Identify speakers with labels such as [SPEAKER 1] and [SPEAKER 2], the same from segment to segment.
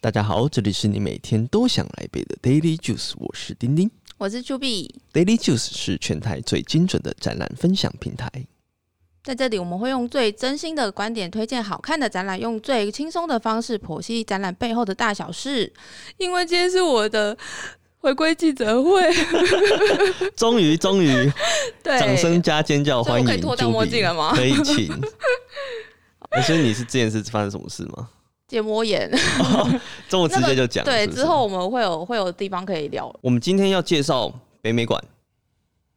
[SPEAKER 1] 大家好，这里是你每天都想来杯的 Daily Juice，我是丁丁。
[SPEAKER 2] 我是朱碧，
[SPEAKER 1] Daily Juice 是全台最精准的展览分享平台。
[SPEAKER 2] 在这里我们会用最真心的观点推荐好看的展览，用最轻松的方式剖析展览背后的大小事。因为今天是我的回归记者会，
[SPEAKER 1] 终于，终 于，
[SPEAKER 2] 对，
[SPEAKER 1] 掌声加尖叫，
[SPEAKER 2] 所
[SPEAKER 1] 欢
[SPEAKER 2] 以我
[SPEAKER 1] 迎！
[SPEAKER 2] 可以脱掉墨镜了 吗
[SPEAKER 1] 可以，请。欸所以你是之前是发生什么事 吗？哦
[SPEAKER 2] 结膜炎。
[SPEAKER 1] 这么直接就讲、
[SPEAKER 2] 对，
[SPEAKER 1] 是不是
[SPEAKER 2] 之后我们会有会有地方可以聊。
[SPEAKER 1] 我们今天要介绍北美馆。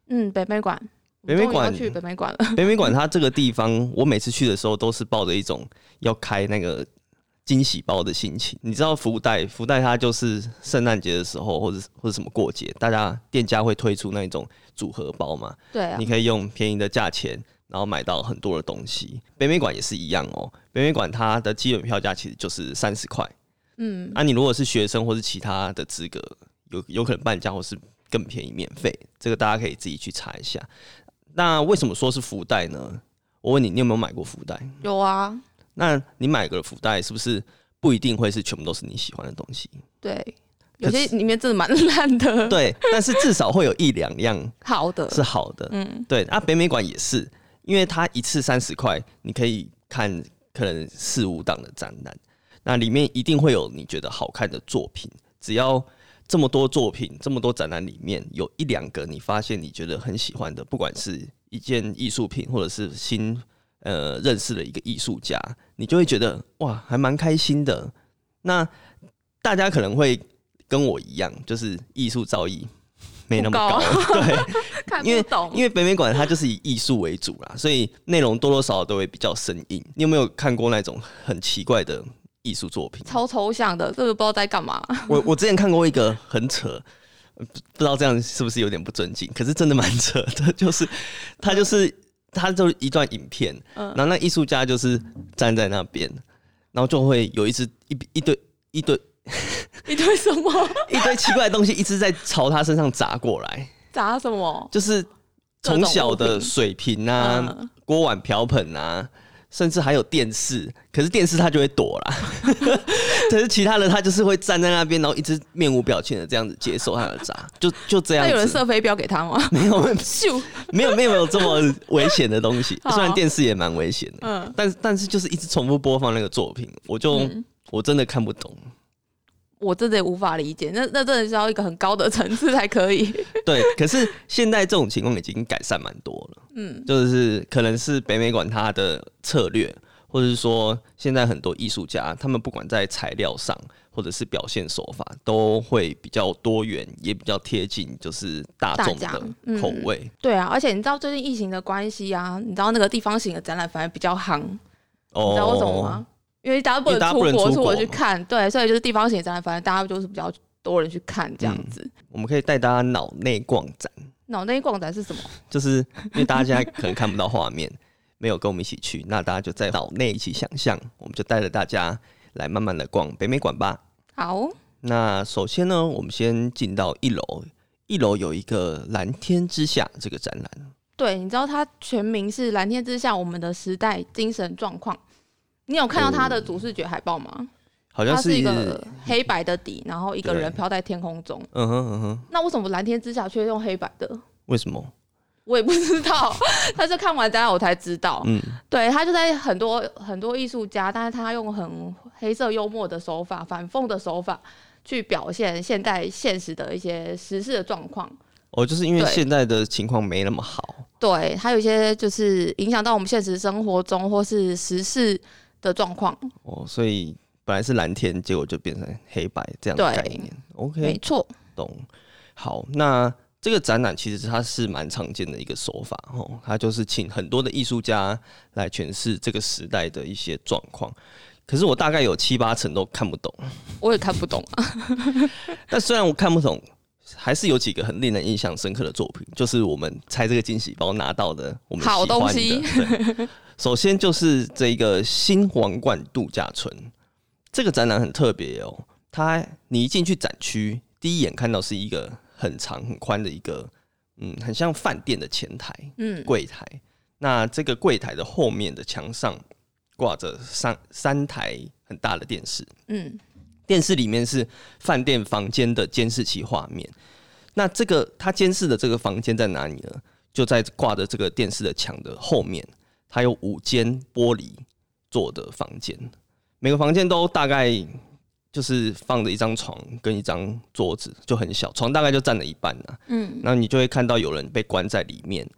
[SPEAKER 2] 嗯，北美馆，
[SPEAKER 1] 北美馆
[SPEAKER 2] 我们终于要去北美馆了。
[SPEAKER 1] 北美馆它这个地方，我每次去的时候都是抱着一种要开那个惊喜包的心情。你知道福袋，福袋它就是圣诞节的时候，或者或者什么过节，大家店家会推出那一种组合包嘛，
[SPEAKER 2] 对啊
[SPEAKER 1] 你，可以用便宜的价钱，然后买到很多的东西。北美馆也是一样哦，北美馆它的基本票价其实就是三十块，
[SPEAKER 2] 嗯，
[SPEAKER 1] 啊，你如果是学生或是其他的资格，有有可能半价或是更便宜免费，这个大家可以自己去查一下。那为什么说是福袋呢？我问你，你有没有买过福袋？
[SPEAKER 2] 有啊，
[SPEAKER 1] 那你买个福袋，是不是不一定会是全部都是你喜欢的东西？
[SPEAKER 2] 对，有些里面真的蛮烂的，
[SPEAKER 1] 对，但是至少会有一两样
[SPEAKER 2] 好的，
[SPEAKER 1] 是啊好的。
[SPEAKER 2] 嗯，
[SPEAKER 1] 对，啊，北美馆也是，因为它一次三十块，你可以看可能四五档的展览，那里面一定会有你觉得好看的作品。只要这么多作品，这么多展览里面有一两个你发现你觉得很喜欢的，不管是一件艺术品，或者是新呃认识了一个艺术家，你就会觉得哇，还蛮开心的。那大家可能会跟我一样，就是艺术造诣没那么高， 对，
[SPEAKER 2] 看
[SPEAKER 1] 因为
[SPEAKER 2] 不懂，
[SPEAKER 1] 因为北美馆它就是以艺术为主啦，所以内容多多少少都会比较生硬。你有没有看过那种很奇怪的艺术作品？
[SPEAKER 2] 超抽象的，这个不知道在干嘛。
[SPEAKER 1] 我我之前看过一个很扯，呃不不知道这样是不是有点不尊敬，可是真的蛮扯的，就是他就是他就是一段影片，
[SPEAKER 2] 嗯
[SPEAKER 1] 然后那艺术家就是站在那边，然后就会有一只一一堆一堆
[SPEAKER 2] 一堆什么
[SPEAKER 1] 一堆奇怪的东西一直在朝他身上砸过来，
[SPEAKER 2] 砸什么？
[SPEAKER 1] 就是
[SPEAKER 2] 各种
[SPEAKER 1] 从小
[SPEAKER 2] 物
[SPEAKER 1] 的
[SPEAKER 2] 品
[SPEAKER 1] 水瓶啊。
[SPEAKER 2] 嗯
[SPEAKER 1] 锅碗瓢盆啊，甚至还有电视。可是电视它就会躲啦， 可是其他的它就是会站在那边，然后一直面无表情的这样子接受他的砸，就就这
[SPEAKER 2] 那有
[SPEAKER 1] 样
[SPEAKER 2] 人
[SPEAKER 1] 子。
[SPEAKER 2] 射飞镖给他吗？
[SPEAKER 1] 没有没有
[SPEAKER 2] 咻，
[SPEAKER 1] 没有没有这么危险的东西，
[SPEAKER 2] 好
[SPEAKER 1] 虽然电视也蛮危险的，
[SPEAKER 2] 嗯，
[SPEAKER 1] 但是但是就是一直重复播放那个作品，我就、
[SPEAKER 2] 嗯
[SPEAKER 1] 我真的看不懂。
[SPEAKER 2] 我真的也无法理解，那那真的是要一个很高的层次才可以。
[SPEAKER 1] 对，可是现在这种情况已经改善蛮多了。
[SPEAKER 2] 嗯，
[SPEAKER 1] 就是可能是北美馆它的策略，或者是说现在很多艺术家，他们不管在材料上或者是表现手法，都会比较多元，也比较贴近就是大众
[SPEAKER 2] 大家
[SPEAKER 1] 的
[SPEAKER 2] 嗯
[SPEAKER 1] 口味。
[SPEAKER 2] 对啊，而且你知道最近疫情的关系啊，你知道那个地方型的展览反而比较夯，你
[SPEAKER 1] 哦
[SPEAKER 2] 知道为什么吗？因为大家不
[SPEAKER 1] 因为大
[SPEAKER 2] 能
[SPEAKER 1] 家不
[SPEAKER 2] 出
[SPEAKER 1] 能
[SPEAKER 2] 国，
[SPEAKER 1] 出
[SPEAKER 2] 出
[SPEAKER 1] 国
[SPEAKER 2] 国
[SPEAKER 1] 嘛
[SPEAKER 2] 去看，对，所以就是地方型的展览，反正大家就是比较多人去看这样子。
[SPEAKER 1] 我们可以带大家脑内逛展，
[SPEAKER 2] 脑内逛展是什么？
[SPEAKER 1] 就是因为大家现在可能看不到画面，没有跟我们一起去，那大家就在脑内一起想象，我们就带着大家来慢慢的逛北美馆吧。
[SPEAKER 2] 好，
[SPEAKER 1] 那首先呢，我们先进到一楼，一楼有一个蓝天之下这个展览，
[SPEAKER 2] 对，你知道它全名是《蓝天之下：我们的时代精神状况》，你有看到它的主视觉海报吗？
[SPEAKER 1] 好像
[SPEAKER 2] 它
[SPEAKER 1] 是
[SPEAKER 2] 嗯是一
[SPEAKER 1] 个，
[SPEAKER 2] 个黑白的底，然后一个
[SPEAKER 1] 对
[SPEAKER 2] 人飘在天空中。
[SPEAKER 1] 嗯哼嗯哼，
[SPEAKER 2] 那为什么蓝天之下却用黑白的？
[SPEAKER 1] 为什么？
[SPEAKER 2] 我也不知 道，但是看完展览我才知道。
[SPEAKER 1] 嗯，
[SPEAKER 2] 对他就在很多很多艺术家，但是他用很黑色幽默的手法、反讽的手法去表现现代现实的一些时事的状况。
[SPEAKER 1] 哦，就是因为
[SPEAKER 2] 对
[SPEAKER 1] 现在的情况没那么好，
[SPEAKER 2] 对，还有一些就是影响到我们现实生活中或是时事的状况。
[SPEAKER 1] 哦，所以本来是蓝天，结果就变成黑白这样的概
[SPEAKER 2] 对
[SPEAKER 1] 念。
[SPEAKER 2] 没
[SPEAKER 1] OK，
[SPEAKER 2] 错，
[SPEAKER 1] 懂。好，那这个展览其实它是蛮常见的一个手法哦，它就是请很多的艺术家来诠释这个时代的一些状况。可是我大概有七八成都看不懂。
[SPEAKER 2] 我也看不懂啊。
[SPEAKER 1] 但虽然我看不懂，还是有几个很令人印象深刻的作品，就是我们拆这个惊喜包拿到的我们喜欢
[SPEAKER 2] 好
[SPEAKER 1] 的
[SPEAKER 2] 东西。
[SPEAKER 1] 对首先就是这个新皇冠度假村，这个展览很特别哦。它你一进去展区，第一眼看到是一个很长很宽的一个，嗯，很像饭店的前台
[SPEAKER 2] 嗯，
[SPEAKER 1] 柜台。那这个柜台的后面的墙上挂着三三台很大的电视，
[SPEAKER 2] 嗯，
[SPEAKER 1] 电视里面是饭店房间的监视器画面。那这个它监视的这个房间在哪里呢？就在挂着这个电视的墙的后面，它有五间玻璃做的房间，每个房间都大概就是放着一张床跟一张桌子，就很小，床大概就占了一半呢、
[SPEAKER 2] 嗯，
[SPEAKER 1] 那你就会看到有人被关在里面。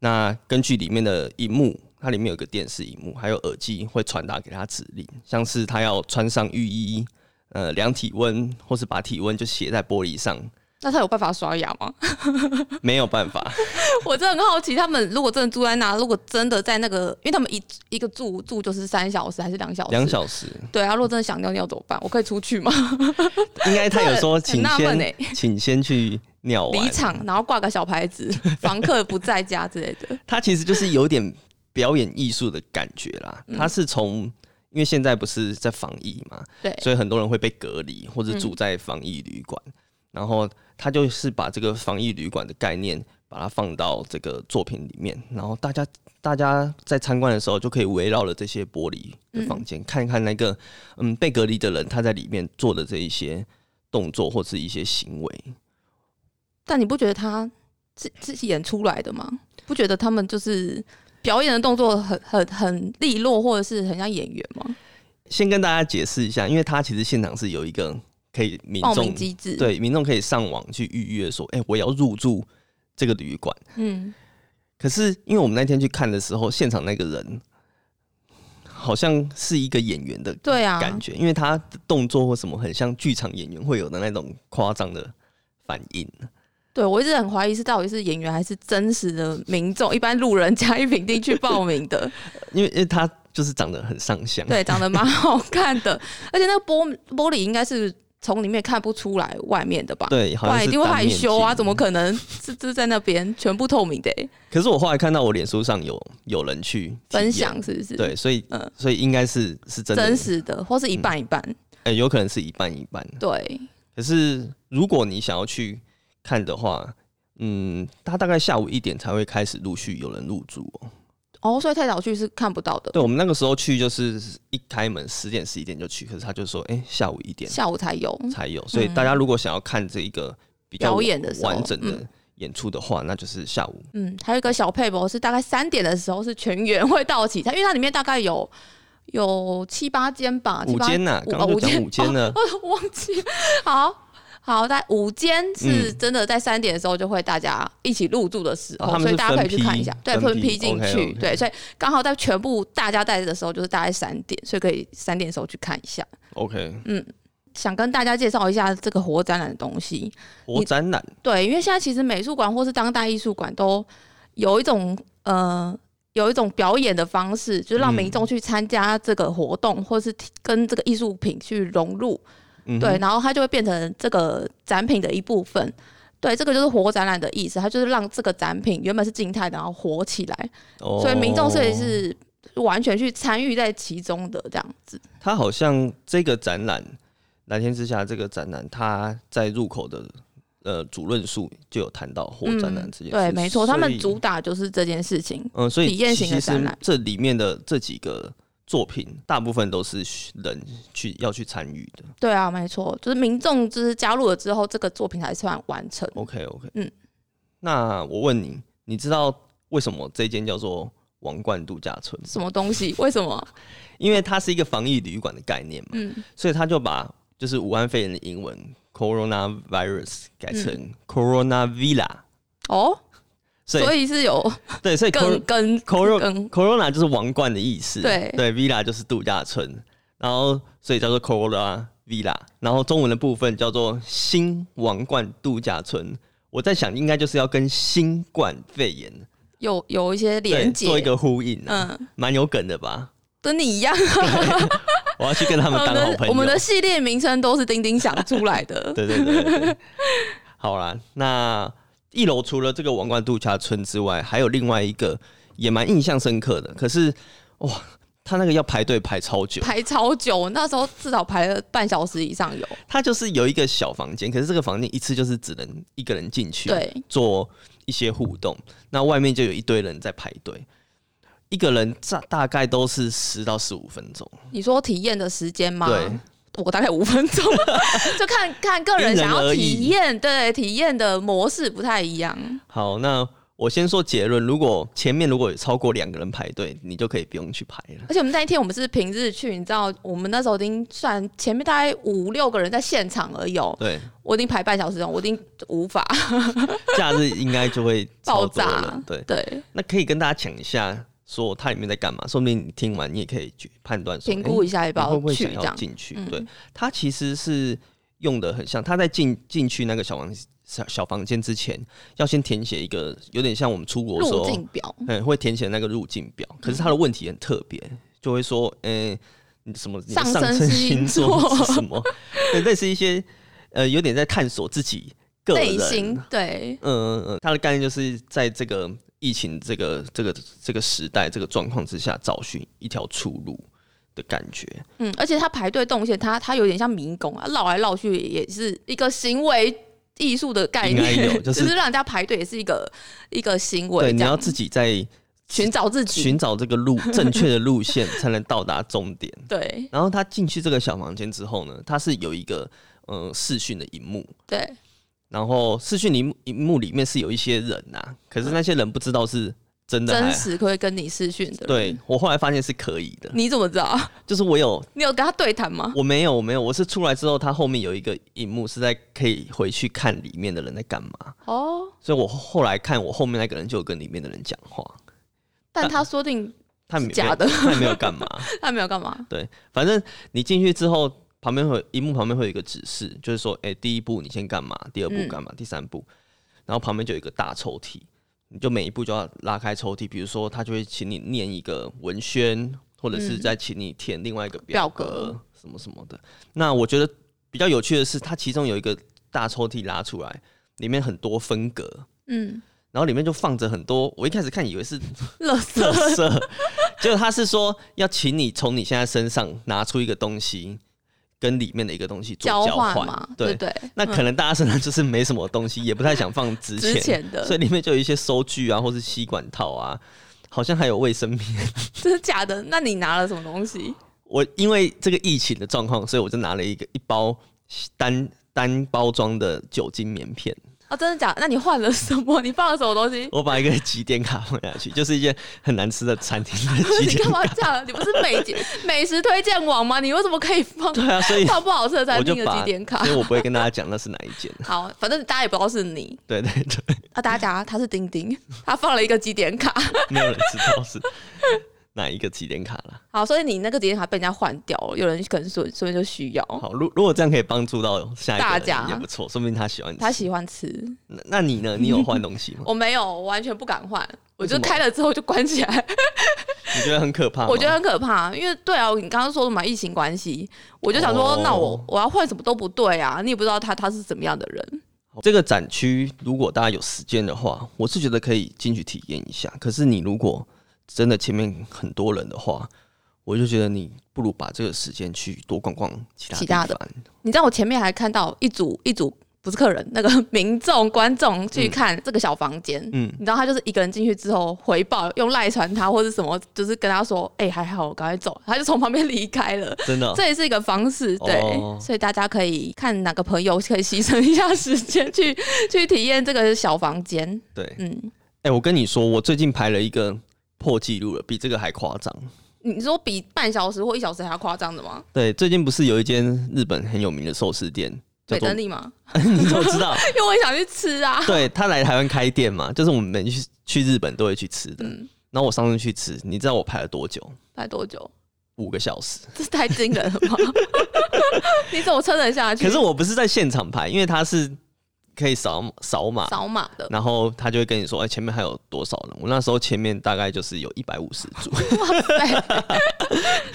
[SPEAKER 1] 那根据里面的荧幕，它里面有个电视荧幕，还有耳机会传达给他指令，像是他要穿上浴衣，呃，量体温，或是把体温就写在玻璃上，
[SPEAKER 2] 那他有办法刷牙吗？
[SPEAKER 1] 没有办 法。
[SPEAKER 2] 我真的很好奇，他们如果真的住在那，如果真的在那个，因为他们一一个住住就是三小时还是两小时？
[SPEAKER 1] 两小时，
[SPEAKER 2] 对啊，如果真的想尿尿怎么办？我可以出去吗？
[SPEAKER 1] 应该他有说，
[SPEAKER 2] 这很
[SPEAKER 1] 请
[SPEAKER 2] 纳
[SPEAKER 1] 先、
[SPEAKER 2] 闷欸
[SPEAKER 1] 请先去尿
[SPEAKER 2] 离
[SPEAKER 1] 完。
[SPEAKER 2] 场，然后挂个小 牌子，房客不在家之类的。
[SPEAKER 1] 它其实就是有点表演艺术的感觉啦。
[SPEAKER 2] 嗯
[SPEAKER 1] 它是从因为现在不是在防疫嘛，
[SPEAKER 2] 对，
[SPEAKER 1] 所以很多人会被隔离或
[SPEAKER 2] 嗯
[SPEAKER 1] 者住在防疫旅馆，然后他就是把这个防疫旅馆的概念，把它放到这个作品里面，然后大家大家在参观的时候就可以围绕了这些玻璃的房间，看看那个嗯被隔离的人他在里面做的这一些动作或是一些行为。
[SPEAKER 2] 但你不觉得他自自己演出来的吗？不觉得他们就是表演的动作很很很利落，或者是很像演员吗？
[SPEAKER 1] 先跟大家解释一下，因为他其实现场是有一个可以民
[SPEAKER 2] 报
[SPEAKER 1] 众
[SPEAKER 2] 名机制，，
[SPEAKER 1] 对民众可以上网去预约说，哎、我要入住这个旅馆。
[SPEAKER 2] 嗯，
[SPEAKER 1] 可是因为我们那天去看的时候，现场那个人好像是一个演员的
[SPEAKER 2] 对啊，
[SPEAKER 1] 感觉，因为他的动作或什么很像剧场演员会有的那种夸张的反应。
[SPEAKER 2] 对我一直很怀疑是到底是演员还是真实的民众，一般路人 甲乙丙丁去报名的，
[SPEAKER 1] 因为因为他就是长得很上 相，
[SPEAKER 2] 对，长得蛮好看的， 而且那个玻玻璃应该是从里面看不出来外面的吧？
[SPEAKER 1] 对，
[SPEAKER 2] 不
[SPEAKER 1] 好像
[SPEAKER 2] 然
[SPEAKER 1] 是
[SPEAKER 2] 一定会
[SPEAKER 1] 单
[SPEAKER 2] 害
[SPEAKER 1] 面
[SPEAKER 2] 羞啊！
[SPEAKER 1] 镜
[SPEAKER 2] 怎么可能？ 这这在那边全部透明的、欸、
[SPEAKER 1] 可是我后来看到我脸书上有有人去体验
[SPEAKER 2] 分，享，是不是？
[SPEAKER 1] 对，所以、
[SPEAKER 2] 嗯
[SPEAKER 1] 所以应该是是真的，
[SPEAKER 2] 真实的，或是一半一半。
[SPEAKER 1] 哎、有可能是一半一半。
[SPEAKER 2] 对，
[SPEAKER 1] 可是如果你想要去看的话，嗯，他大概下午一点才会开始陆续有人入住哦、
[SPEAKER 2] 哦，所以太早去是看不到的，
[SPEAKER 1] 对，我们那个时候去就是一开门十点十一点就去，可是他就说，哎、下午一点
[SPEAKER 2] 下午才有。
[SPEAKER 1] 才有，所以大家如果想要看这一个比较
[SPEAKER 2] 嗯表演的时候
[SPEAKER 1] 完整的
[SPEAKER 2] 嗯
[SPEAKER 1] 演出的话，那就是下午。
[SPEAKER 2] 嗯，还有一个小配博是大概三点的时候是全员会到齐，它因为它里面大概有有七八间吧，七
[SPEAKER 1] 五
[SPEAKER 2] 八
[SPEAKER 1] 间呐，
[SPEAKER 2] 五
[SPEAKER 1] 刚
[SPEAKER 2] 哦
[SPEAKER 1] 刚就讲
[SPEAKER 2] 五
[SPEAKER 1] 五间
[SPEAKER 2] 间
[SPEAKER 1] 了，
[SPEAKER 2] 我忘记了好。好，在五间是真的在三点的时候就会大家一起入住的时候，
[SPEAKER 1] 嗯哦他们
[SPEAKER 2] 所以
[SPEAKER 1] 是
[SPEAKER 2] 大家可以去
[SPEAKER 1] 分批
[SPEAKER 2] 看一下，对，
[SPEAKER 1] 分
[SPEAKER 2] 分
[SPEAKER 1] 批
[SPEAKER 2] 批进去
[SPEAKER 1] OK，OK
[SPEAKER 2] 对，所以刚好在全部大家在的时候就是大概三点，所以可以三点的时候去看一下。
[SPEAKER 1] OK，
[SPEAKER 2] 想跟大家介绍一下这个活展览的东西，
[SPEAKER 1] 活展览
[SPEAKER 2] 对，因为现在其实美术馆或是当代艺术馆都有一种呃有一种表演的方式，就是让
[SPEAKER 1] 嗯
[SPEAKER 2] 民众去参加这个活动，或是提跟这个艺术品去融入，
[SPEAKER 1] 嗯哼
[SPEAKER 2] 对，然后它就会变成这个展品的一部分。对，这个就是活展览的意思，它就是让这个展品原本是静态的，然后活起来，
[SPEAKER 1] 哦
[SPEAKER 2] 所以民众是是完全去参与在其中的这样子。
[SPEAKER 1] 它好像这个展览《蓝天之下》这个展览，它在入口的呃主论述就有谈到火哦展览这件事、
[SPEAKER 2] 嗯对，没错，他
[SPEAKER 1] 所
[SPEAKER 2] 们
[SPEAKER 1] 以
[SPEAKER 2] 主打就是这件事情。
[SPEAKER 1] 嗯、所以
[SPEAKER 2] 体验型的
[SPEAKER 1] 其实
[SPEAKER 2] 展览
[SPEAKER 1] 这里面的这几个作品，大部分都是人去要去参与的。
[SPEAKER 2] 对啊，没错，就是民众就是加入了之后，这个作品才算完成。
[SPEAKER 1] OK OK，
[SPEAKER 2] 嗯，
[SPEAKER 1] 那我问你，你知道为什么这间叫做王冠度假村吗？
[SPEAKER 2] 什么东西？为什么？
[SPEAKER 1] 因为它是一个防疫旅馆的概念嘛，
[SPEAKER 2] 嗯
[SPEAKER 1] 所以他就把就是武汉肺炎的英文 coronavirus 改
[SPEAKER 2] 嗯
[SPEAKER 1] 成 corona villa。
[SPEAKER 2] 哦，
[SPEAKER 1] 所以哎
[SPEAKER 2] 所以是有
[SPEAKER 1] 对，所以 cor-
[SPEAKER 2] 跟跟
[SPEAKER 1] corona
[SPEAKER 2] 跟
[SPEAKER 1] corona 就是王冠的意思，
[SPEAKER 2] 对
[SPEAKER 1] 对，villa 就是度假村，然后所以叫做 corona villa，然后中文的部分叫做新王冠度假村。我在想，应该就是要跟新冠肺炎
[SPEAKER 2] 有有一些
[SPEAKER 1] 对
[SPEAKER 2] 连接，
[SPEAKER 1] 做一个呼应、啊，
[SPEAKER 2] 嗯，
[SPEAKER 1] 蛮、有梗的吧？
[SPEAKER 2] 跟你一样，
[SPEAKER 1] 我要去跟他
[SPEAKER 2] 我
[SPEAKER 1] 们
[SPEAKER 2] 们
[SPEAKER 1] 当好
[SPEAKER 2] 的
[SPEAKER 1] 朋友。
[SPEAKER 2] 呃哦我们的系列名称都是丁丁想出来的。
[SPEAKER 1] 对对对对对，好啦，那一楼除了这个王冠度假村之外，还有另外一个也蛮印象深刻的，可是哇，他那个要排队排超久，
[SPEAKER 2] 排超久，那时候至少排了半小时以上有。
[SPEAKER 1] 它就是有一个小房间，可是这个房间一次就是只能一个人进去，
[SPEAKER 2] 对，
[SPEAKER 1] 做一些互动。那外面就有一堆人在排队，一个人大大概都是十到十五分钟，
[SPEAKER 2] 你说体验的时间吗？
[SPEAKER 1] 对，
[SPEAKER 2] 我大概五分钟， 就看看个人
[SPEAKER 1] 因人
[SPEAKER 2] 想要
[SPEAKER 1] 而异
[SPEAKER 2] 体验，对体验的模式不太一样。
[SPEAKER 1] 好，那我先说结论，如果前面如果有超过两个人排队，你就可以不用去排了。
[SPEAKER 2] 而且我们那一天我们是平日去，你知道，我们那时候已经算前面大概五六个人在现场而已哦，
[SPEAKER 1] 对，
[SPEAKER 2] 我已经排半小时了，哦我已经无法
[SPEAKER 1] 假日应该就会 超
[SPEAKER 2] 爆
[SPEAKER 1] 多
[SPEAKER 2] 炸
[SPEAKER 1] 人。。对，
[SPEAKER 2] 对，
[SPEAKER 1] 那可以跟大家讲一下，说它里面在干嘛，说不定你听完你也可以去判断说
[SPEAKER 2] 评估
[SPEAKER 1] 诶
[SPEAKER 2] 一下要不
[SPEAKER 1] 你会不会
[SPEAKER 2] 去
[SPEAKER 1] 想
[SPEAKER 2] 这
[SPEAKER 1] 要
[SPEAKER 2] 样。
[SPEAKER 1] 进去？
[SPEAKER 2] 嗯
[SPEAKER 1] 对，它其实是用的很像，它在进进去那个小房小小房间之前，要先填写一个有点像我们出国的时
[SPEAKER 2] 路
[SPEAKER 1] 候
[SPEAKER 2] 径表，嗯
[SPEAKER 1] 嗯，会填写那个入境表，可是他的问题很特别，就会说，嗯、你什么你的
[SPEAKER 2] 上
[SPEAKER 1] 上
[SPEAKER 2] 升
[SPEAKER 1] 升
[SPEAKER 2] 星
[SPEAKER 1] 星座
[SPEAKER 2] 座
[SPEAKER 1] 是什么？ 对，类似一些呃，有点在探索自己个人，
[SPEAKER 2] 内心对
[SPEAKER 1] 嗯嗯嗯，他的概念就是在这个疫情这个这个这个时代这个状况之下，找寻一条出路的感觉。
[SPEAKER 2] 嗯，而且它排队动线，它它有点像迷宫啊，绕来绕去也是一个行为艺术的概
[SPEAKER 1] 应该
[SPEAKER 2] 念，
[SPEAKER 1] 有 就是
[SPEAKER 2] 让人家排队也是一个一个行为，
[SPEAKER 1] 对，你
[SPEAKER 2] 这样嗯
[SPEAKER 1] 要自己在
[SPEAKER 2] 寻找自己，
[SPEAKER 1] 寻找这个路正确的路线，才能到达终点。
[SPEAKER 2] 对
[SPEAKER 1] 然后他进去这个小房间之后呢，他是有一个呃视讯的荧幕，
[SPEAKER 2] 对，
[SPEAKER 1] 然后视讯荧荧幕里面是有一些人呐、可是那些人不知道是真的还
[SPEAKER 2] 真。实会跟你视讯的，
[SPEAKER 1] 对，我后来发现是可以的，
[SPEAKER 2] 你怎么知道？
[SPEAKER 1] 就是我有，
[SPEAKER 2] 你有跟他对谈吗？
[SPEAKER 1] 我没有，我没有，我是出来之后，它后面有一个荧幕是在可以回去看里面的人在干嘛，
[SPEAKER 2] 哦，
[SPEAKER 1] 所以我后来看我后面那个人就有跟里面的人讲话，
[SPEAKER 2] 但
[SPEAKER 1] 但
[SPEAKER 2] 他说不定
[SPEAKER 1] 他没
[SPEAKER 2] 是假的
[SPEAKER 1] 他也没有干嘛，
[SPEAKER 2] 他没有干嘛，
[SPEAKER 1] 反正你进去之后，旁边会有荧幕旁边会有一个指示，就是说，哎、第一步你先干嘛，第二步
[SPEAKER 2] 嗯
[SPEAKER 1] 干嘛，第三步，然后旁边就有一个大抽屉，你就每一步就要拉开抽屉，比如说他就会请你念一个文宣，或者是
[SPEAKER 2] 嗯
[SPEAKER 1] 再请你填另外一个表
[SPEAKER 2] 表格
[SPEAKER 1] 格什么什么的。那我觉得比较有趣的是，它其中有一个大抽屉拉出来，里面很多分格，
[SPEAKER 2] 嗯，
[SPEAKER 1] 然后里面就放着很多，我一开始看以为是
[SPEAKER 2] 乐
[SPEAKER 1] 特
[SPEAKER 2] 色，
[SPEAKER 1] 色。结果他是说要请你从你现在身上拿出一个东西，跟里面的一个东西做
[SPEAKER 2] 交
[SPEAKER 1] 交
[SPEAKER 2] 换嘛，对
[SPEAKER 1] 对，
[SPEAKER 2] 不对？
[SPEAKER 1] 那可能大家身上就是没什么东西，也不太想放值
[SPEAKER 2] 之
[SPEAKER 1] 钱，
[SPEAKER 2] 前的，
[SPEAKER 1] 所以里面就有一些收据啊，或是吸管套啊，好像还有卫生棉。
[SPEAKER 2] 这是假的。那你拿了什么东西？
[SPEAKER 1] 我因为这个疫情的状况，所以我就拿了一个一包单单包装的酒精棉片。
[SPEAKER 2] 哦，真的假的？那你换了什么？ 你放了什么东西？
[SPEAKER 1] 我把一个几点卡放下去，就是一件很难吃的餐厅的几
[SPEAKER 2] 你
[SPEAKER 1] 点
[SPEAKER 2] 干。嘛这样？你不是 美节美食推荐网吗？你为什么可以放
[SPEAKER 1] 对啊，所以
[SPEAKER 2] 放不好吃的餐
[SPEAKER 1] 我就
[SPEAKER 2] 厅的
[SPEAKER 1] 把
[SPEAKER 2] 几点卡
[SPEAKER 1] 所？以我不会跟大家讲那是哪一间。
[SPEAKER 2] 好，反正大家也不知道是你
[SPEAKER 1] 对 对对，
[SPEAKER 2] 啊，大家讲啊他是 丁丁，他放了一个几点卡，
[SPEAKER 1] 没有人知道是哪一个起点卡了。
[SPEAKER 2] 好，所以你那个几点卡被人家换掉了，有人可能说说明就需要，
[SPEAKER 1] 好，如如果这样可以帮助到下一个
[SPEAKER 2] 哦大
[SPEAKER 1] 人
[SPEAKER 2] 家
[SPEAKER 1] 也不错，说不定他喜欢吃
[SPEAKER 2] 他喜欢吃，
[SPEAKER 1] 那那你呢？你有换东西吗？
[SPEAKER 2] 我没有，我完全不敢换，我
[SPEAKER 1] 为
[SPEAKER 2] 就
[SPEAKER 1] 什么啊
[SPEAKER 2] 开了之后就关起 来，
[SPEAKER 1] 你觉得很可怕吗？
[SPEAKER 2] 我觉得很可怕，因为对啊，你刚刚说的嘛，疫情关系，我就想说，
[SPEAKER 1] 哦
[SPEAKER 2] 那我我要换什么都不对啊，你也不知道他他是怎么样的人，
[SPEAKER 1] 这个展区，如果大家有时间的话，我是觉得可以进去体验一下。可是你如果真的前面很多人的话，我就觉得你不如把这个时间去多逛逛其他
[SPEAKER 2] 其他的
[SPEAKER 1] 地方。
[SPEAKER 2] 你知道我前面还看到一组一组不是客人，那个民众观众去看这个小房间，
[SPEAKER 1] 嗯
[SPEAKER 2] 你知道他就是一个人进去之后回报，用赖传他或者什么，就是跟他说，哎、还好，我赶快走，他就从旁边离开了。
[SPEAKER 1] 真的哦，
[SPEAKER 2] 这也是一个方式，对，
[SPEAKER 1] 哦
[SPEAKER 2] 所以大家可以看哪个朋友可以牺牲一下时间去 去体验这个小房间，
[SPEAKER 1] 对。
[SPEAKER 2] 嗯，
[SPEAKER 1] 哎、我跟你说，我最近排了一个破纪录了，比这个还夸张。
[SPEAKER 2] 你说比半小时或一小时还要夸张的吗？
[SPEAKER 1] 对，最近不是有一间日本很有名的寿司店，叫
[SPEAKER 2] 北
[SPEAKER 1] 做
[SPEAKER 2] 等你吗？
[SPEAKER 1] 你都知道，
[SPEAKER 2] 因为我也想去吃啊，
[SPEAKER 1] 对他来台湾开店嘛，就是我们去去日本都会去吃的。
[SPEAKER 2] 嗯，
[SPEAKER 1] 然后我上次去吃，你知道我排了多久？
[SPEAKER 2] 排多久？
[SPEAKER 1] 五个小时。
[SPEAKER 2] 这太惊人了吧？ 你怎么撑得下去？啊
[SPEAKER 1] 可是我不是在现场排，因为他是可以扫扫码，
[SPEAKER 2] 扫码的，
[SPEAKER 1] 然后他就会跟你说，哎、前面还有多少人？我那时候前面大概就是有一百五十组。
[SPEAKER 2] 对，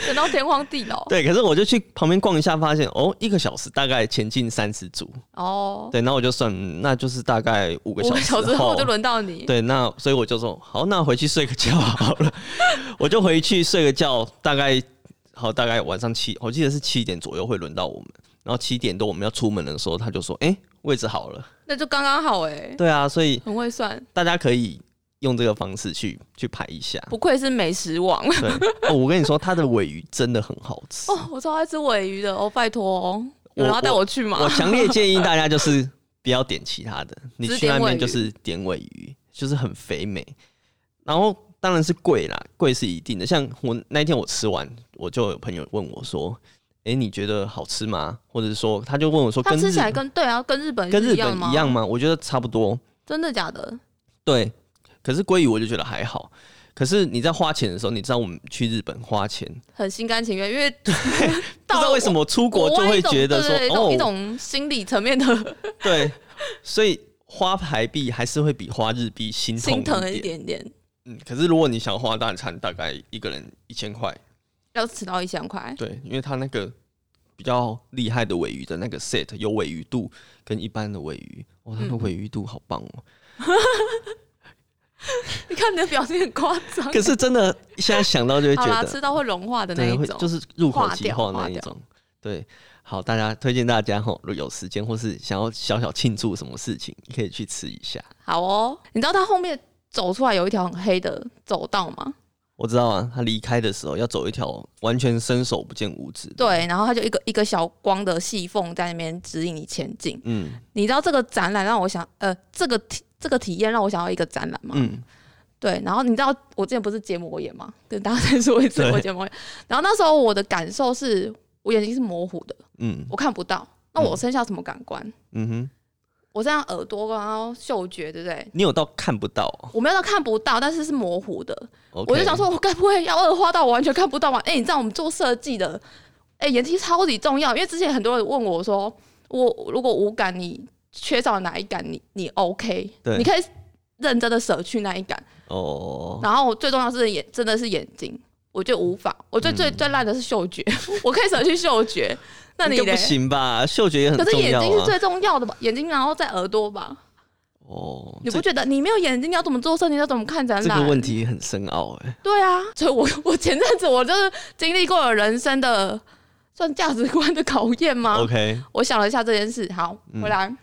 [SPEAKER 2] 等到天荒地老。
[SPEAKER 1] 对，可是我就去旁边逛一下，发现哦，一个小时大概前进三十组。
[SPEAKER 2] 哦，
[SPEAKER 1] 对，然后我就算，嗯那就是大概五个
[SPEAKER 2] 五
[SPEAKER 1] 小
[SPEAKER 2] 个
[SPEAKER 1] 时
[SPEAKER 2] 小时后就轮到你。
[SPEAKER 1] 对，那所以我就说好，那回去睡个觉好了。 我就回去睡个觉，大概好，大概晚上七，我记得是七点左右会轮到我们。然后七点多我们要出门的时候，他就说：“哎、位置好了。
[SPEAKER 2] 那就刚刚好哎”，
[SPEAKER 1] 对啊，所以
[SPEAKER 2] 很会算。
[SPEAKER 1] 大家可以用这个方式去去排一下。
[SPEAKER 2] 不愧是美食王
[SPEAKER 1] 对，哦，我跟你说，它的尾鱼真的很好吃。
[SPEAKER 2] 哦，我超爱吃尾鱼的哦，拜托哦，
[SPEAKER 1] 我
[SPEAKER 2] 有人要带我去吗？
[SPEAKER 1] 我强烈建议大家就是不要点其他的，你
[SPEAKER 2] 只
[SPEAKER 1] 去
[SPEAKER 2] 点
[SPEAKER 1] 那边
[SPEAKER 2] 尾鱼
[SPEAKER 1] 就是点尾鱼，就是很肥美。然后当然是贵啦，贵是一定的。像我那天我吃完，我就有朋友问我说：“诶，你觉得好吃吗？”或者是说，他就问我说：“
[SPEAKER 2] 它
[SPEAKER 1] 跟
[SPEAKER 2] 吃
[SPEAKER 1] 日
[SPEAKER 2] 起来跟对啊，跟日本
[SPEAKER 1] 跟
[SPEAKER 2] 是
[SPEAKER 1] 日
[SPEAKER 2] 一样
[SPEAKER 1] 本
[SPEAKER 2] 吗？
[SPEAKER 1] 一样吗？”我觉得差不多。
[SPEAKER 2] 真的假的？
[SPEAKER 1] 对，可是鲑鱼我就觉得还好。可是你在花钱的时候，你知道我们去日本花钱，
[SPEAKER 2] 很心甘情愿，因为
[SPEAKER 1] 不
[SPEAKER 2] 到
[SPEAKER 1] 知道为什
[SPEAKER 2] 么
[SPEAKER 1] 么出国就 会觉得说
[SPEAKER 2] 对对对
[SPEAKER 1] 哦，
[SPEAKER 2] 一种心理层 面的
[SPEAKER 1] 对，所以花台币还是会比花日币心痛
[SPEAKER 2] 心疼
[SPEAKER 1] 一
[SPEAKER 2] 一。点点，
[SPEAKER 1] 嗯，可是如果你想花大餐，大概一个人一千块，
[SPEAKER 2] 要吃到一千块，
[SPEAKER 1] 对，因为它那个比较厉害的尾鱼的那个 set 有尾鱼肚跟一般的尾鱼，哇，那个
[SPEAKER 2] 嗯
[SPEAKER 1] 尾鱼肚好棒哦、
[SPEAKER 2] 你看你的表情很夸张。
[SPEAKER 1] 可是真的现在想到就会觉
[SPEAKER 2] 好啦，吃
[SPEAKER 1] 得，
[SPEAKER 2] 到会融化的那
[SPEAKER 1] 对，
[SPEAKER 2] 一
[SPEAKER 1] 会
[SPEAKER 2] 种，
[SPEAKER 1] 就是入口
[SPEAKER 2] 化
[SPEAKER 1] 即
[SPEAKER 2] 掉
[SPEAKER 1] 化
[SPEAKER 2] 化
[SPEAKER 1] 那一
[SPEAKER 2] 掉
[SPEAKER 1] 种。对，好，大家推荐大家吼，如果有时间或是想要小小庆祝什么事情，可以去吃一下。
[SPEAKER 2] 好哦。你知道它后面走出来有一条很黑的走道吗？
[SPEAKER 1] 我知道啊，他离开的时候要走一条完全伸手不见五指。，
[SPEAKER 2] 对，然后它就一个一个小光的细缝在那边指引你前进。
[SPEAKER 1] 嗯
[SPEAKER 2] 你知道这个展览让我想，呃，这个体这个体验让我想要一个展览吗？
[SPEAKER 1] 嗯，
[SPEAKER 2] 对，然后你知道我之前不是结膜炎吗？跟大家再说一次，
[SPEAKER 1] 对
[SPEAKER 2] 我结膜炎。然后那时候我的感受是我眼睛是模糊的，
[SPEAKER 1] 嗯
[SPEAKER 2] 我看不到。那我剩下什么感官？
[SPEAKER 1] 嗯哼，
[SPEAKER 2] 我剩下耳朵，然后嗅觉，对不对？
[SPEAKER 1] 你有到看不到
[SPEAKER 2] 我没有到看不到，但是是模糊的。
[SPEAKER 1] o k
[SPEAKER 2] 我就想，说，我该不会要恶化到我完全看不到吗？哎、你知道我们做设计的，哎、眼睛超级重要，因为之前很多人问我说，我如果五感你缺少哪一感你，你 OK？
[SPEAKER 1] 对
[SPEAKER 2] 你可以认真的舍去那一感。
[SPEAKER 1] 哦，
[SPEAKER 2] 然后最重要是眼，真的是眼睛，我就无法。我最
[SPEAKER 1] 嗯
[SPEAKER 2] 最、最烂的是嗅觉， 我可以舍去嗅 觉，那你
[SPEAKER 1] 就
[SPEAKER 2] 嘞
[SPEAKER 1] 不？行吧？嗅觉也很
[SPEAKER 2] 可是
[SPEAKER 1] 重
[SPEAKER 2] 眼
[SPEAKER 1] 要
[SPEAKER 2] 睛是
[SPEAKER 1] 啊。
[SPEAKER 2] 最重要的吧？眼睛，然后在耳朵吧？
[SPEAKER 1] 哦，
[SPEAKER 2] 你
[SPEAKER 1] 这
[SPEAKER 2] 不觉得你没有眼睛，你要怎么做设计？你要怎么看展
[SPEAKER 1] 这
[SPEAKER 2] 览？
[SPEAKER 1] 个问题很深奥哎、
[SPEAKER 2] 对啊，所以我 我前阵子我就是经历过了人生的算价值观的考验吗
[SPEAKER 1] OK，
[SPEAKER 2] 我想了一下这件事，好，回来、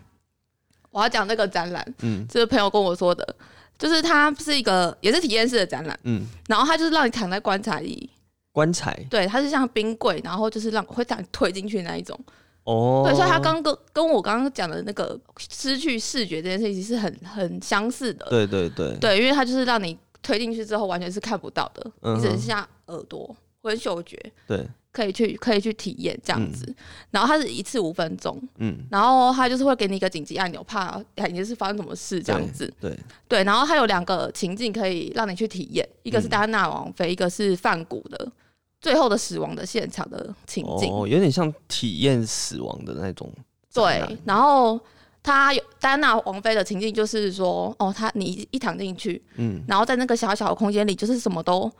[SPEAKER 2] 我要讲那个展览，
[SPEAKER 1] 嗯
[SPEAKER 2] 就是朋友跟我说的，就是它是一个也是体验式的展览，
[SPEAKER 1] 嗯，
[SPEAKER 2] 然后它就是让你躺在棺材里，
[SPEAKER 1] 棺材
[SPEAKER 2] 对，它是像冰柜，然后就是让会让你推进去那一种，
[SPEAKER 1] 哦，
[SPEAKER 2] 对，所以它刚跟跟我刚刚讲的那个失去视觉这件事情是很很相似的，
[SPEAKER 1] 对对对，
[SPEAKER 2] 对，因为它就是让你推进去之后完全是看不到的，
[SPEAKER 1] 嗯
[SPEAKER 2] 你
[SPEAKER 1] 哼
[SPEAKER 2] 只剩下耳朵跟嗅觉
[SPEAKER 1] 对，
[SPEAKER 2] 可以去可以去体验这样子。然后它是一次五分钟，
[SPEAKER 1] 嗯
[SPEAKER 2] 然后它就是会给你一个紧急按钮，怕哎你是发生什么事这样子。
[SPEAKER 1] 对，
[SPEAKER 2] 对，然后它有两个情境可以让你去体验，一个是戴安娜王妃，一个是梵谷的。最后的死亡的现场的情境，
[SPEAKER 1] 哦，有点像体验死亡的那种展览。
[SPEAKER 2] 对，然后他有戴安娜王妃的情境就是说，哦，他你一一躺进去，
[SPEAKER 1] 嗯
[SPEAKER 2] 然后在那个小小的空间里，就是什么都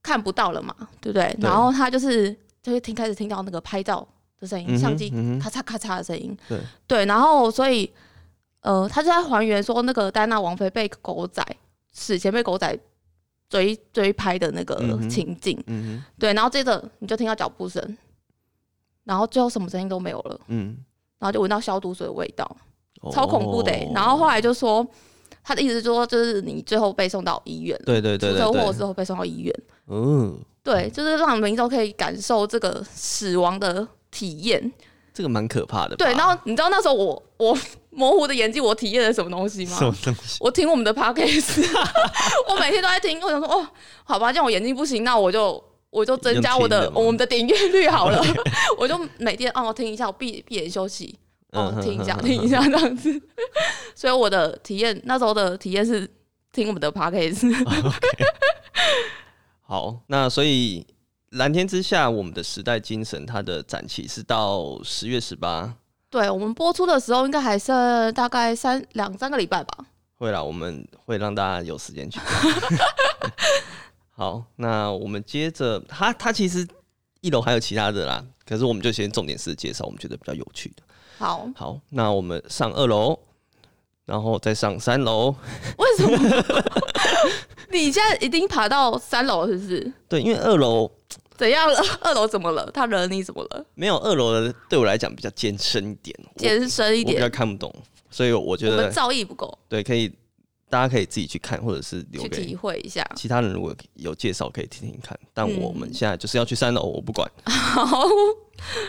[SPEAKER 2] 看不到了嘛，对不对？
[SPEAKER 1] 对
[SPEAKER 2] 然后他就是就会听开始听到那个拍照的声音，
[SPEAKER 1] 嗯哼
[SPEAKER 2] 相机
[SPEAKER 1] 嗯哼
[SPEAKER 2] 咔嚓咔嚓的声音，
[SPEAKER 1] 对
[SPEAKER 2] 然后所以呃，他就在还原说那个戴安娜王妃被狗仔死前被狗仔追追拍的那个
[SPEAKER 1] 嗯哼
[SPEAKER 2] 情景，
[SPEAKER 1] 嗯哼
[SPEAKER 2] 对，然后接着你就听到脚步声，然后最后什么声音都没有了，
[SPEAKER 1] 嗯，
[SPEAKER 2] 然后就闻到消毒水的味道。超恐怖的、欸
[SPEAKER 1] 哦。
[SPEAKER 2] 然后后来就说，他的意思就说，就是你最后被送到医院了，
[SPEAKER 1] 对对对
[SPEAKER 2] 出
[SPEAKER 1] 对
[SPEAKER 2] 车祸
[SPEAKER 1] 对，
[SPEAKER 2] 之后被送到医院，
[SPEAKER 1] 嗯，
[SPEAKER 2] 对，就是让民众可以感受这个死亡的体验。
[SPEAKER 1] 这个蛮可怕的吧。
[SPEAKER 2] 对，然后你知道那时候我我模糊的眼睛，我体验了什么东西
[SPEAKER 1] 什么
[SPEAKER 2] 吗？
[SPEAKER 1] 东 西？
[SPEAKER 2] 我听我们的 podcast，我每天都在听，我想说哦，好吧，这样我眼睛不行，那我就。我就增加我的
[SPEAKER 1] 用听的吗哦
[SPEAKER 2] 我们的点阅率好了， 我就每天哦听一下，我闭闭眼休息，
[SPEAKER 1] 嗯
[SPEAKER 2] 哦，听一下，听一
[SPEAKER 1] 下。
[SPEAKER 2] 下这样子。 所以我的体验，那时候的体验是听我们的 podcast，
[SPEAKER 1] 好，那所以蓝天之下，我们的时代精神，它的展期是到十月十八。
[SPEAKER 2] 对我们播出的时候应该还剩大概三两三个礼拜吧。
[SPEAKER 1] 会啦，我们会让大家有时间去看。 好，那我们接着，它它其实一楼还有其他的啦，可是我们就先重点是介绍我们觉得比较有趣的。
[SPEAKER 2] 好，
[SPEAKER 1] 好，那我们上二楼，然后再上三楼。
[SPEAKER 2] 为什么 你现在已经爬到三楼了是不是？
[SPEAKER 1] 对，因为二楼
[SPEAKER 2] 怎样了？二楼怎么了？他惹你怎么了？
[SPEAKER 1] 没有二楼的，对我来讲比较艰深一点，我
[SPEAKER 2] 健身一
[SPEAKER 1] 我比较
[SPEAKER 2] 点，
[SPEAKER 1] 看不懂，所以我觉
[SPEAKER 2] 我
[SPEAKER 1] 得
[SPEAKER 2] 们造诣不够。
[SPEAKER 1] 对，可以大家可以自己去看，或者是留
[SPEAKER 2] 去体
[SPEAKER 1] 给
[SPEAKER 2] 会一下。
[SPEAKER 1] 其他人，如果有介绍可以听听看。但
[SPEAKER 2] 嗯
[SPEAKER 1] 我们现在就是要去三楼，我不管。
[SPEAKER 2] 好，嗯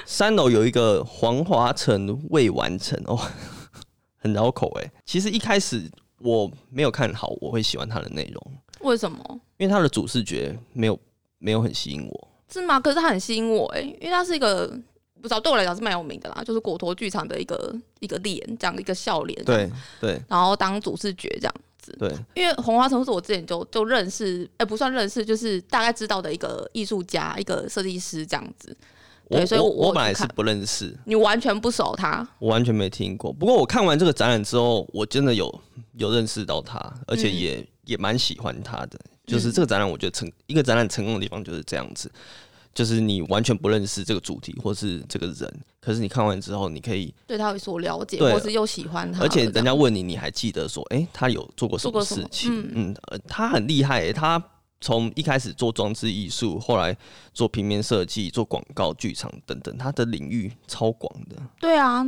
[SPEAKER 1] 三楼有一个黄华城未完成哦， 很绕口哎。其实一开始我没有看好，我会喜欢它的内容，
[SPEAKER 2] 为什么？
[SPEAKER 1] 因为它的主视觉没有没有很吸引我。
[SPEAKER 2] 是吗？可是它很吸引我哎、因为它是一个不知道对我来讲是蛮有名的啦，就是果陀剧场的一个一个脸，这样一个笑脸，，啊
[SPEAKER 1] 对对
[SPEAKER 2] 然后当主视觉这样。
[SPEAKER 1] 对，
[SPEAKER 2] 因为红花城是我之前就就认识，哎、不算认识，就是大概知道的一个艺术家、一个设计师这样子。对
[SPEAKER 1] 我
[SPEAKER 2] 所以我
[SPEAKER 1] 我
[SPEAKER 2] 我
[SPEAKER 1] 本来
[SPEAKER 2] 去
[SPEAKER 1] 是
[SPEAKER 2] 看
[SPEAKER 1] 不认识，
[SPEAKER 2] 你完全不熟他，
[SPEAKER 1] 我完全没听过。不过我看完这个展览之后，我真的有有认识到他，而且
[SPEAKER 2] 嗯
[SPEAKER 1] 也、也蛮喜欢他的。就是
[SPEAKER 2] 嗯
[SPEAKER 1] 这个展览，我觉得成一个展览成功的地方就是这样子，就是你完全不认识这个主题或是这个人，可是你看完之后，你可以，
[SPEAKER 2] 对他有所了解，
[SPEAKER 1] 对
[SPEAKER 2] 或是又喜欢他
[SPEAKER 1] 而
[SPEAKER 2] 了这
[SPEAKER 1] 且
[SPEAKER 2] 样，
[SPEAKER 1] 人家问你，你还记得说，诶，他有做过什
[SPEAKER 2] 做
[SPEAKER 1] 么
[SPEAKER 2] 过什么
[SPEAKER 1] 事情？
[SPEAKER 2] 嗯
[SPEAKER 1] 嗯、呃他很厉害、欸，他从一开始做装置艺术，后来做平面设计、做广告、剧场等等，他的领域超广的。
[SPEAKER 2] 对啊，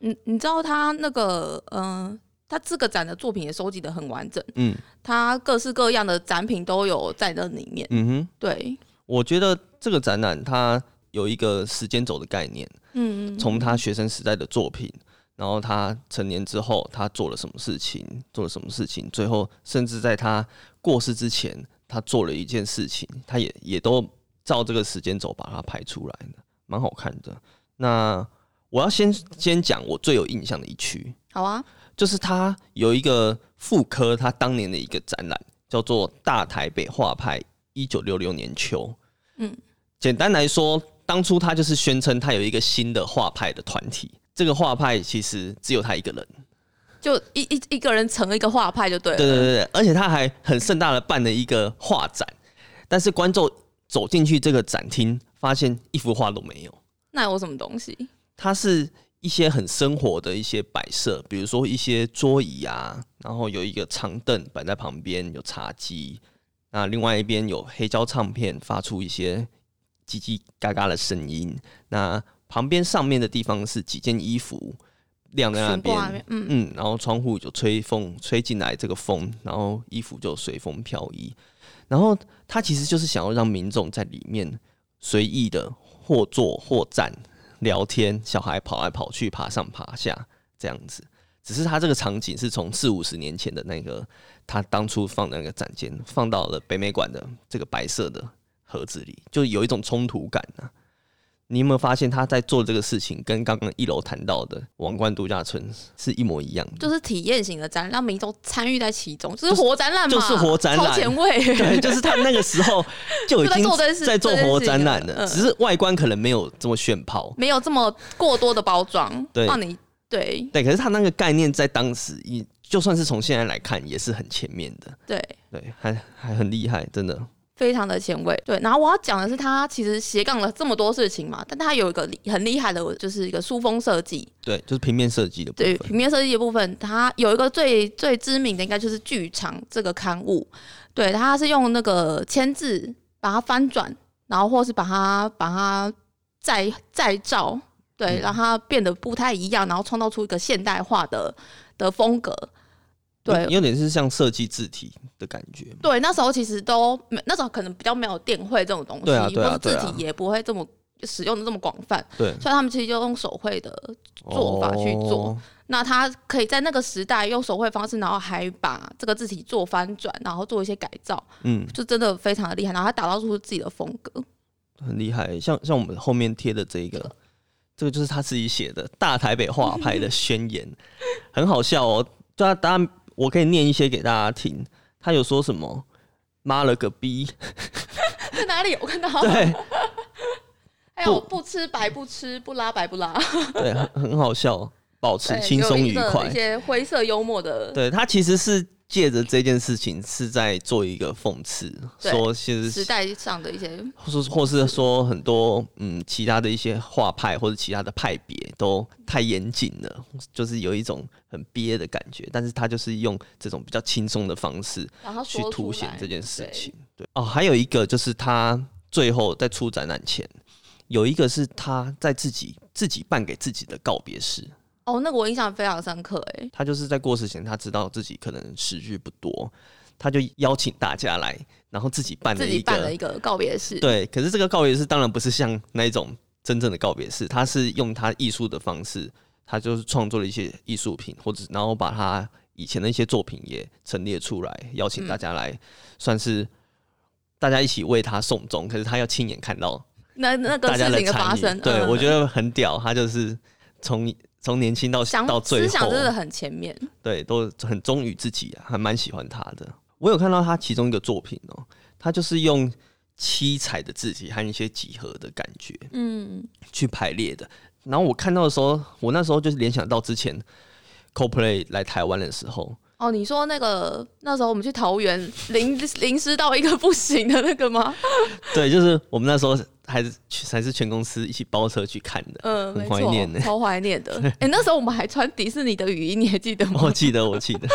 [SPEAKER 2] 你你知道他那个嗯、呃他这个展的作品也收集的很完整，
[SPEAKER 1] 嗯
[SPEAKER 2] 他各式各样的展品都有在那里面。
[SPEAKER 1] 嗯哼。
[SPEAKER 2] 对，
[SPEAKER 1] 我觉得这个展览它有一个时间轴的概念，
[SPEAKER 2] 嗯，
[SPEAKER 1] 从他学生时代的作品，然后他成年之后他做了什么事情，做了什么事情，最后甚至在他过世之前，他做了一件事情，他也也都照这个时间轴把它排出来的，蛮好看的。那我要先先讲我最有印象的一区，
[SPEAKER 2] 好啊，
[SPEAKER 1] 就是他有一个妇科，他当年的一个展览叫做《大台北画派一九六六年秋》。
[SPEAKER 2] 嗯，
[SPEAKER 1] 简单来说，当初他就是宣称他有一个新的画派的团体，这个画派其实只有他一个人。
[SPEAKER 2] 就一一一个人成一个画派就对了。
[SPEAKER 1] 对对对对，而且他还很盛大的办了一个画展，但是观众走进去这个展厅，发现一幅画都没有。
[SPEAKER 2] 那有什么东西？
[SPEAKER 1] 它是一些很生活的一些摆设，比如说一些桌椅啊，然后有一个长凳摆在旁边，有茶几，那另外一边有黑胶唱片发出一些叽叽嘎嘎的声音，那旁边上面的地方是几件衣服啊晾在那
[SPEAKER 2] 悬挂那
[SPEAKER 1] 边
[SPEAKER 2] 边，，嗯，
[SPEAKER 1] 嗯，然后窗户就吹风吹进来这个风，然后衣服就随风飘逸。然后他其实就是想要让民众在里面随意的或坐或站聊天，小孩跑来跑去、爬上爬下这样子。只是他这个场景是从四五十年前的那个他当初放的那个展间，放到了北美馆的这个白色的盒子里，就有一种冲突感啊。你有没有发现他在做这个事情，跟刚刚一楼谈到的王冠度假村是一模一样的？
[SPEAKER 2] 就是体验型的展，让民众参与在其中，就是活展览嘛，
[SPEAKER 1] 就是活展览
[SPEAKER 2] 超前卫。
[SPEAKER 1] 对，就是他那个时候就已
[SPEAKER 2] 就 在
[SPEAKER 1] 经
[SPEAKER 2] 做这件事
[SPEAKER 1] 在做
[SPEAKER 2] 这件
[SPEAKER 1] 活
[SPEAKER 2] 事
[SPEAKER 1] 展
[SPEAKER 2] 情
[SPEAKER 1] 览
[SPEAKER 2] 了
[SPEAKER 1] 了，
[SPEAKER 2] 嗯
[SPEAKER 1] 只是外观可能没有这么炫炮。
[SPEAKER 2] 没有这么过多的包装，
[SPEAKER 1] 对
[SPEAKER 2] 让你对
[SPEAKER 1] 对，可是他那个概念在当时，一就算是从现在来看，也是很前面的。
[SPEAKER 2] 对，
[SPEAKER 1] 对，还还很厉害，真的。
[SPEAKER 2] 非常的前卫。对，然后我要讲的是，他其实斜杠了这么多事情嘛，但他有一个厉很厉害的，就是一个书风设计，
[SPEAKER 1] 对，就是平面设计的部
[SPEAKER 2] 对
[SPEAKER 1] 分。
[SPEAKER 2] 平面设计的部分，它有一个最最知名的，应该就是《剧场》这个刊物。对，它是用那个签字把它翻转，然后或是把它把它再再造，对，
[SPEAKER 1] 嗯
[SPEAKER 2] 让它变得不太一样，然后创造出一个现代化的的风格。对
[SPEAKER 1] 有，有点是像设计字体的感觉嘛。
[SPEAKER 2] 对，那时候其实都没，那时候可能比较没有电绘这种东西，
[SPEAKER 1] 对啊对啊
[SPEAKER 2] 或者
[SPEAKER 1] 对
[SPEAKER 2] 字
[SPEAKER 1] 啊嗯
[SPEAKER 2] 体也不会这么使用的这么广泛，
[SPEAKER 1] 对，
[SPEAKER 2] 所以他们其实就用手绘的做法去做
[SPEAKER 1] 哦
[SPEAKER 2] 那他可以在那个时代用手绘方式，然后还把这个字体做翻转，然后做一些改造，
[SPEAKER 1] 嗯，
[SPEAKER 2] 就真的非常的厉害。然后他打造出自己的风格，
[SPEAKER 1] 很厉害。像像我们后面贴的这一个，这个就是他自己写的《大台北画派的宣言》，很好笑哦。对啊，大家我可以念一些给大家听。他有说什么？妈了个 逼！
[SPEAKER 2] 在 哪里我看到？
[SPEAKER 1] 对，
[SPEAKER 2] 还有不吃白不吃，不拉白不拉，
[SPEAKER 1] 对，很很好笑，保持
[SPEAKER 2] 对
[SPEAKER 1] 轻松
[SPEAKER 2] 有
[SPEAKER 1] 愉
[SPEAKER 2] 一个
[SPEAKER 1] 快
[SPEAKER 2] 一。些灰色幽默的，
[SPEAKER 1] 对他其实是借着这件事情是在做一个讽刺，
[SPEAKER 2] 对
[SPEAKER 1] 说其实
[SPEAKER 2] 时代上的一些，
[SPEAKER 1] 或是或是说很多嗯其他的一些画派或者其他的派别都太严谨了，就是有一种很憋的感觉。但是他就是用这种比较轻松的方式
[SPEAKER 2] 然后
[SPEAKER 1] 去
[SPEAKER 2] 说
[SPEAKER 1] 凸
[SPEAKER 2] 出
[SPEAKER 1] 显
[SPEAKER 2] 来
[SPEAKER 1] 这件事情。。对哦，还有一个就是他最后在出展览前有一个是他在自己自己办给自己的告别式。
[SPEAKER 2] 对哦，那个我印象非常深刻、欸，哎，
[SPEAKER 1] 他就是在过世前，他知道自己可能时日不多，他就邀请大家来，然后自己办了
[SPEAKER 2] 自己
[SPEAKER 1] 一
[SPEAKER 2] 办了
[SPEAKER 1] 个
[SPEAKER 2] 一个告别式，
[SPEAKER 1] 对。可是这个告别式当然不是像那一种真正的告别式，他是用他艺术的方式，他就是创作了一些艺术品，或者然后把他以前的一些作品也陈列出来，邀请
[SPEAKER 2] 嗯
[SPEAKER 1] 大家来，算是大家一起为他送终。可是他要亲眼看到
[SPEAKER 2] 那那个
[SPEAKER 1] 大家
[SPEAKER 2] 事
[SPEAKER 1] 的
[SPEAKER 2] 情的发
[SPEAKER 1] 参与，
[SPEAKER 2] 生，
[SPEAKER 1] 对、
[SPEAKER 2] 嗯
[SPEAKER 1] 我觉得很屌。他就是从从年轻到
[SPEAKER 2] 想
[SPEAKER 1] 到最
[SPEAKER 2] 思想
[SPEAKER 1] 后，
[SPEAKER 2] 真的很前面，
[SPEAKER 1] 对，都很忠于自己、啊，还蛮喜欢他的。我有看到他其中一个作品哦、他就是用七彩的字体和一些几何的感觉
[SPEAKER 2] 嗯，
[SPEAKER 1] 去排列的。然后我看到的时候，我那时候就是联想到之前 CoPlay 来台湾的时候，
[SPEAKER 2] 哦，你说那个那时候我们去桃园淋淋湿到一个不行的那个吗？
[SPEAKER 1] 对，就是我们那时候还是还是全公司一起包车去看的。
[SPEAKER 2] 嗯，
[SPEAKER 1] 很
[SPEAKER 2] 没
[SPEAKER 1] 怀
[SPEAKER 2] 错
[SPEAKER 1] 念呢
[SPEAKER 2] 超怀念的。哎、那时候我们还穿迪士尼的雨衣，你还记得吗？
[SPEAKER 1] 我记得，我记得，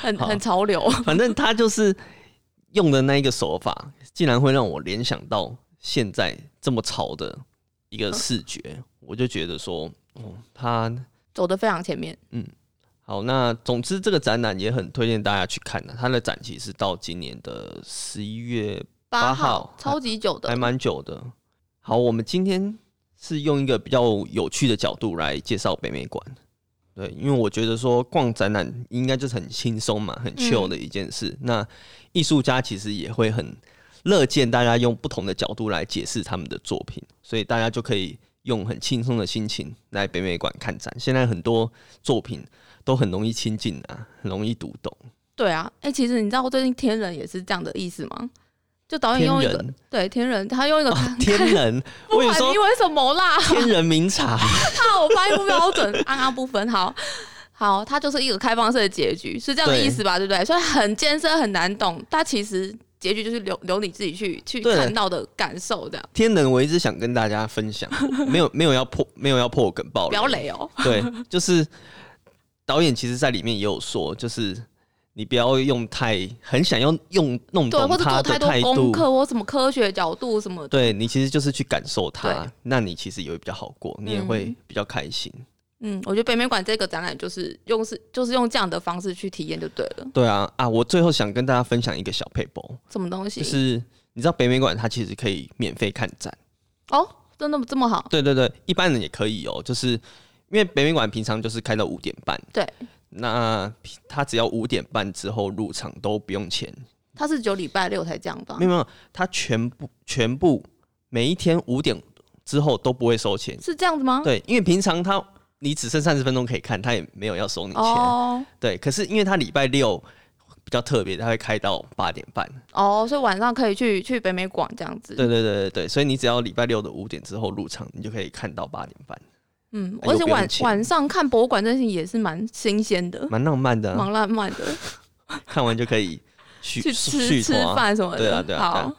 [SPEAKER 2] 很
[SPEAKER 1] 哦好
[SPEAKER 2] 很潮流。
[SPEAKER 1] 反正他就是用的那一个手法，竟然会让我联想到现在这么潮的一个视觉，我就觉得说，哦，他
[SPEAKER 2] 走的非常前面。
[SPEAKER 1] 好。那总之，这个展览也很推荐大家去看的、它的展期是到今年的十一月，八
[SPEAKER 2] 八
[SPEAKER 1] 号
[SPEAKER 2] 超级久的
[SPEAKER 1] 还，蛮久的。好，我们今天是用一个比较有趣的角度来介绍北美馆。对，因为我觉得说逛展览应该就是很轻松嘛，
[SPEAKER 2] 嗯
[SPEAKER 1] 很 chill 的一件事。那艺术家其实也会很乐见大家用不同的角度来解释他们的作品，所以大家就可以用很轻松的心情来北美馆看展。现在很多作品都很容易亲近啊，很容易读懂。
[SPEAKER 2] 对啊，哎、其实你知道最近天人也是这样的意思吗？就导演
[SPEAKER 1] 天
[SPEAKER 2] 哦用一个
[SPEAKER 1] 人，哦
[SPEAKER 2] 对天人，他用一个看，
[SPEAKER 1] 天人，
[SPEAKER 2] 不
[SPEAKER 1] 我有
[SPEAKER 2] 管
[SPEAKER 1] 时候
[SPEAKER 2] 你以为什么啦，
[SPEAKER 1] 天人名茶。
[SPEAKER 2] 怕我发音不 标准，安安不分，好。好，它就是一个开放式的结局，是这样的
[SPEAKER 1] 对
[SPEAKER 2] 意思吧？对不对？所以很艰深，很难懂，但其实结局就是留留你自己去去
[SPEAKER 1] 对
[SPEAKER 2] 看到的感受，这样
[SPEAKER 1] 天能，我一直想跟大家分 享，没有没有要破没有要破梗爆
[SPEAKER 2] 不要雷哦。
[SPEAKER 1] 对，就是导演其实在里面也有说，就是你不要用太很想要用弄
[SPEAKER 2] 对，啊
[SPEAKER 1] 懂
[SPEAKER 2] 或者
[SPEAKER 1] 他
[SPEAKER 2] 做
[SPEAKER 1] 的
[SPEAKER 2] 太多
[SPEAKER 1] 态
[SPEAKER 2] 功
[SPEAKER 1] 度，
[SPEAKER 2] 课或什么科学角度什么的，
[SPEAKER 1] 对你其实就是去感受它
[SPEAKER 2] 对，
[SPEAKER 1] 那你其实也会比较好过，你也会比较开心。
[SPEAKER 2] 嗯，我觉得北美馆这个展览就是用是就是用这样的方式去体验就对了。
[SPEAKER 1] 对啊啊！我最后想跟大家分享一个小 paper，
[SPEAKER 2] 什么东西？
[SPEAKER 1] 就是你知道北美馆它其实可以免费看展。
[SPEAKER 2] 哦，真的这么好？
[SPEAKER 1] 对对对，一般人也可以哦、就是因为北美馆平常就是开到五点半，
[SPEAKER 2] 对，
[SPEAKER 1] 那他只要五点半之后入场都不用钱，
[SPEAKER 2] 它是只有礼拜六才这样吧
[SPEAKER 1] 没？有没有，他全部全部每一天五点之后都不会收钱，
[SPEAKER 2] 是这样子吗？
[SPEAKER 1] 对，因为平常他你只剩三十分钟可以看，他也没有要收你钱，
[SPEAKER 2] 哦
[SPEAKER 1] 对，可是因为他礼拜六比较特别，他会开到八点半，
[SPEAKER 2] 哦，所以晚上可以去去北美馆这样子。
[SPEAKER 1] 对对对对对，所以你只要礼拜六的五点之后入场，你就可以看到八点半，
[SPEAKER 2] 嗯，
[SPEAKER 1] 又
[SPEAKER 2] 而且
[SPEAKER 1] 不用
[SPEAKER 2] 晚
[SPEAKER 1] 钱
[SPEAKER 2] 晚上看博物馆这件事情也是蛮新鲜的，
[SPEAKER 1] 蛮浪漫的啊、
[SPEAKER 2] 蛮浪漫的，
[SPEAKER 1] 看完就可以续
[SPEAKER 2] 去
[SPEAKER 1] 续
[SPEAKER 2] 吃吃
[SPEAKER 1] 团
[SPEAKER 2] 饭什么的。
[SPEAKER 1] 对啊对啊对啊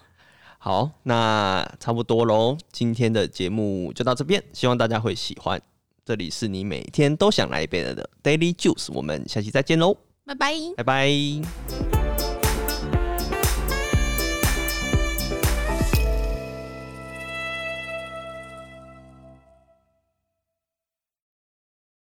[SPEAKER 2] 好，
[SPEAKER 1] 好，那差不多喽，今天的节目就到这边，希望大家会喜欢。这里是你每天都想来一杯的 Daily Juice，我们下期再见喽，
[SPEAKER 2] 拜拜。
[SPEAKER 1] 拜拜。